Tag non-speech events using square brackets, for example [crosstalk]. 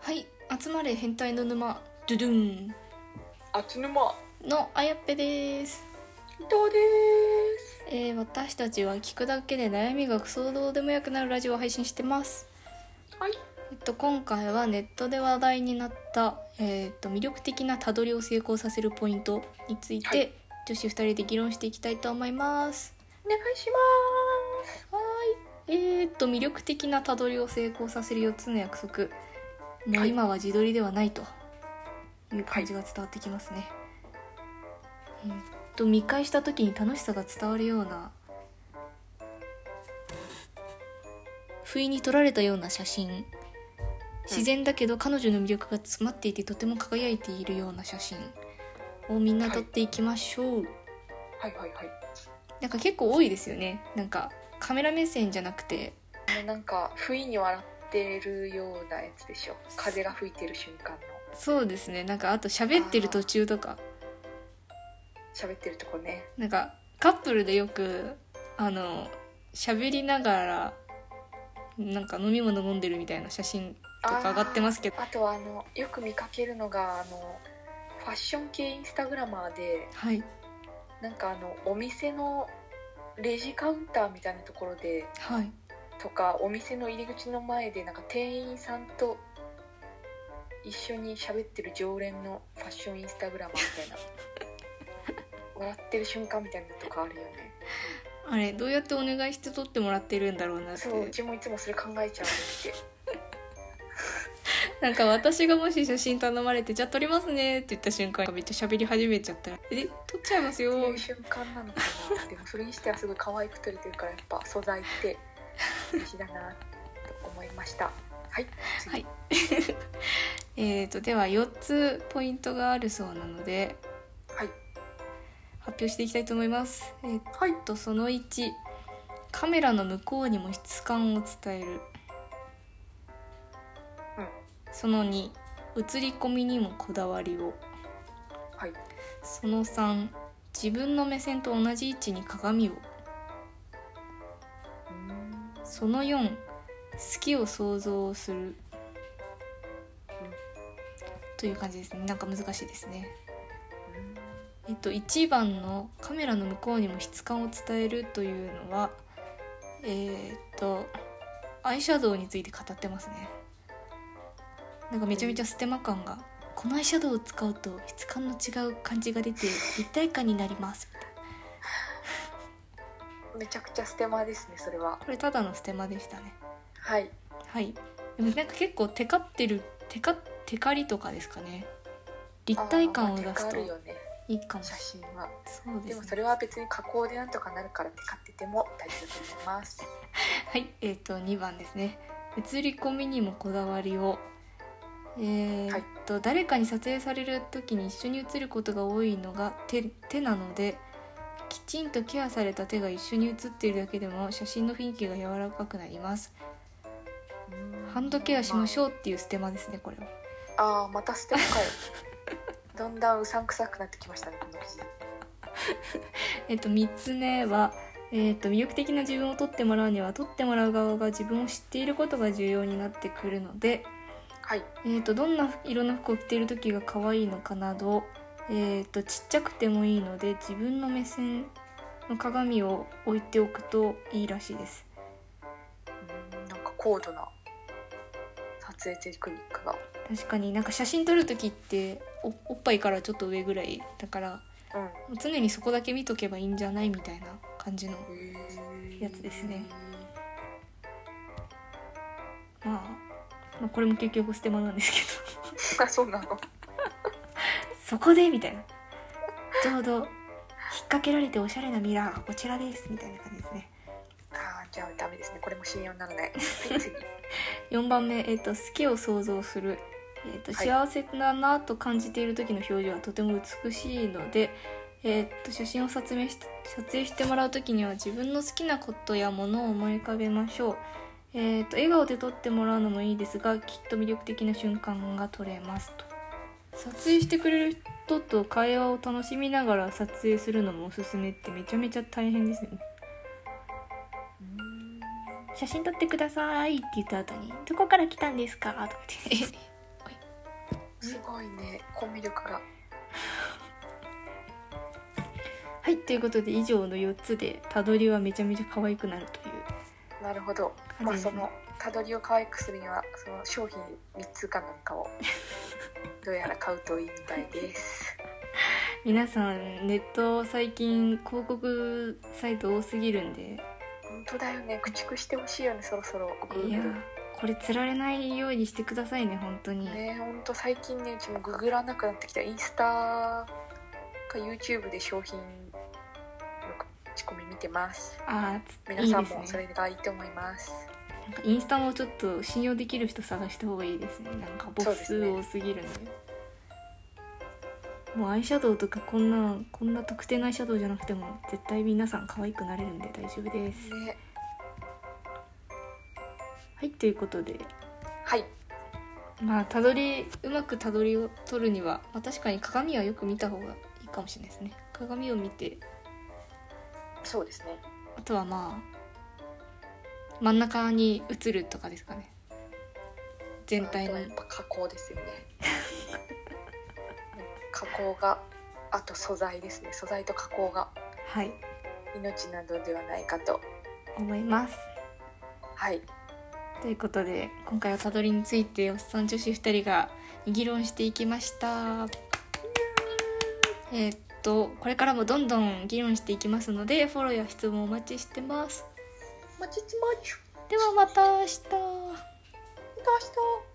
はい集まれ変態の沼ドゥドゥンあつぬまのあやっぺです、伊藤ですえー私たちは聞くだけで悩みがクソどうでもよくなるラジオを配信してますはいえっと今回はネットで話題になった、えーっと魅力的なたどりを成功させるポイントについて、はい女子2人で議論していきたいと思いますお願いしますはーいえーっと魅力的なたどりを成功させる4つの約束もはうい今は自撮りではないという感じが伝わってきますね、うんと見返した時に楽しさが伝わるような不意に撮られたような写真自然だけど彼女の魅力が詰まっていてとても輝いているような写真をみんな撮っていきましょう、はいはいはいなんか結構多いですよねなんかカメラ目線じゃなくてあのなんか不意に笑ってるようなやつでしょ風が吹いてる瞬間のそうですねなんかあと喋ってる途中とか喋ってるとこねなんかカップルでよくあの喋りながらなんか飲み物飲んでるみたいな写真とか上がってますけどあーあとはあのよく見かけるのがあのファッション系インスタグラマーではいなんかあのお店のレジカウンターみたいなところではいとかお店の入り口の前でなんか店員さんと一緒に喋ってる常連のファッションインスタグラマーみ [laughs] たいな笑ってる瞬間みたいなのとかあるよねあれどうやってお願いして撮ってもらってるんだろうなってそううちもいつもそれ考えちゃうんでなんか私がもし写真頼まれて「じゃあ撮りますね」って言った瞬間めっちゃ喋り始めちゃったら「え撮っちゃいますよどういう瞬間なのかなでもそれにしてはすごい可愛く撮れてるからやっぱ素材って大事だなと思いましたはい」次はいえーとでは4つポイントがあるそうなのではい発表していきたいと思います。えーはいとその1カメラの向こうにも質感を伝える、うんその2映り込みにもこだわりをはいその3自分の目線と同じ位置に鏡をうーんその4好きを想像する、という感じですねなんか難しいですねえっと、1番の「カメラの向こうにも質感を伝える」というのはえーっとアイシャドウについて語ってますねなんかめちゃめちゃステマ感がこのアイシャドウを使うと質感の違う感じが出て立体感になりますみたいなめちゃくちゃステマですねそれはこれただのステマでしたねはいはいでもなんか結構テカってるテカテカリとかですかね立体感を出あすーまあとテカるよねいいかもし写れない真はそうでですもねそれは別に加工でなんとかなるからって買ってても大丈夫だと思います。はい、えっ、と2番ですね。映り込みにもこだわりを。えっと、誰かに撮影される時に一緒に写ることが多いのが手手なのできちんとケアされた手が一緒に写っているだけでも写真の雰囲気が柔らかくなりますハンドケアしましょうょうっていうステマですねこれはん。ああまた捨てるかよ。だんだんうさんくさくなってきましたねこの記事。えっと3つ目は、えっと魅力的な自分を撮ってもらうには撮ってもらう側が自分を知っていることが重要になってくるのではいえー、とどんな色の服を着ている時が可愛いのかなど、えー、とちっちゃくてもいいので自分の目線の鏡を置いておくといいらしいです。うんなんか高度な撮影テクニックが。確かになんか写真撮る時っておおっぱいからちょっと上ぐらいだからうん。常にそこだけ見とけばいいんじゃないみたいな感じのへーやつですね。まあ、まあこれも結局ステマなんですけどあ [laughs] そうなの。 [laughs] そこでみたいなちょうど引っ掛けられておしゃれなミラーがこちらですみたいな感じですね。ああじゃあダメですねこれも信用ならない。はい次。 4番目、えー、と好きを想像する、えーとはい幸せだなと感じている時の表情はとても美しいので、えー、と写真を撮影し撮影してもらう時には自分の好きなことやものを思い浮かべましょう、えー、と笑顔で撮ってもらうのもいいですがきっと魅力的な瞬間が撮れますと撮影してくれる人と会話を楽しみながら撮影するのもおすすめってめちゃめちゃ大変ですよね写真撮ってくださいって言った後に「どこから来たんですか?」とか言ってすごいねコミュ力がはいということで以上の4つでたどりはめちゃめちゃ可愛くなるというなるほどま感じであすそねのたどりを可愛くするにはその商品3つかなん [laughs] かをどうやら買うといいみたいです皆さんネット最近広告サイト多すぎるんで本当だよね駆逐してほしいよねそろそろグいーやグーこれ釣られないようにしてくださいね本当に、ルねほんと最近ねうちもググらなくなってきたインスタか YouTube で商品の口コミ見てますああ皆いいさでんもすそねれがいいと思いますなんかインスタもちょっと信用できる人探した方がいいですねなんか母そう数ですね多すぎるんでもうアイシャドウとかこんなこんな特定のアイシャドウじゃなくても絶対皆さん可愛くなれるんで大丈夫ですねはいということではいまあたどりうまくたどりを取るには、まあ、確かに鏡はよく見た方がいいかもしれないですね鏡を見てそうですねあとはまあ真ん中に映るとかですかね全体あとのはやっぱ加工ですよね [laughs] 加工があと素材ですね素材と加工がはい命などではないかと思いますはいということで今回はたどりについておっさん女子2人が議論していきましたえーっとこれからもどんどん議論していきますのでフォローや質問お待ちしてますまちちまちゅではまた明日また明日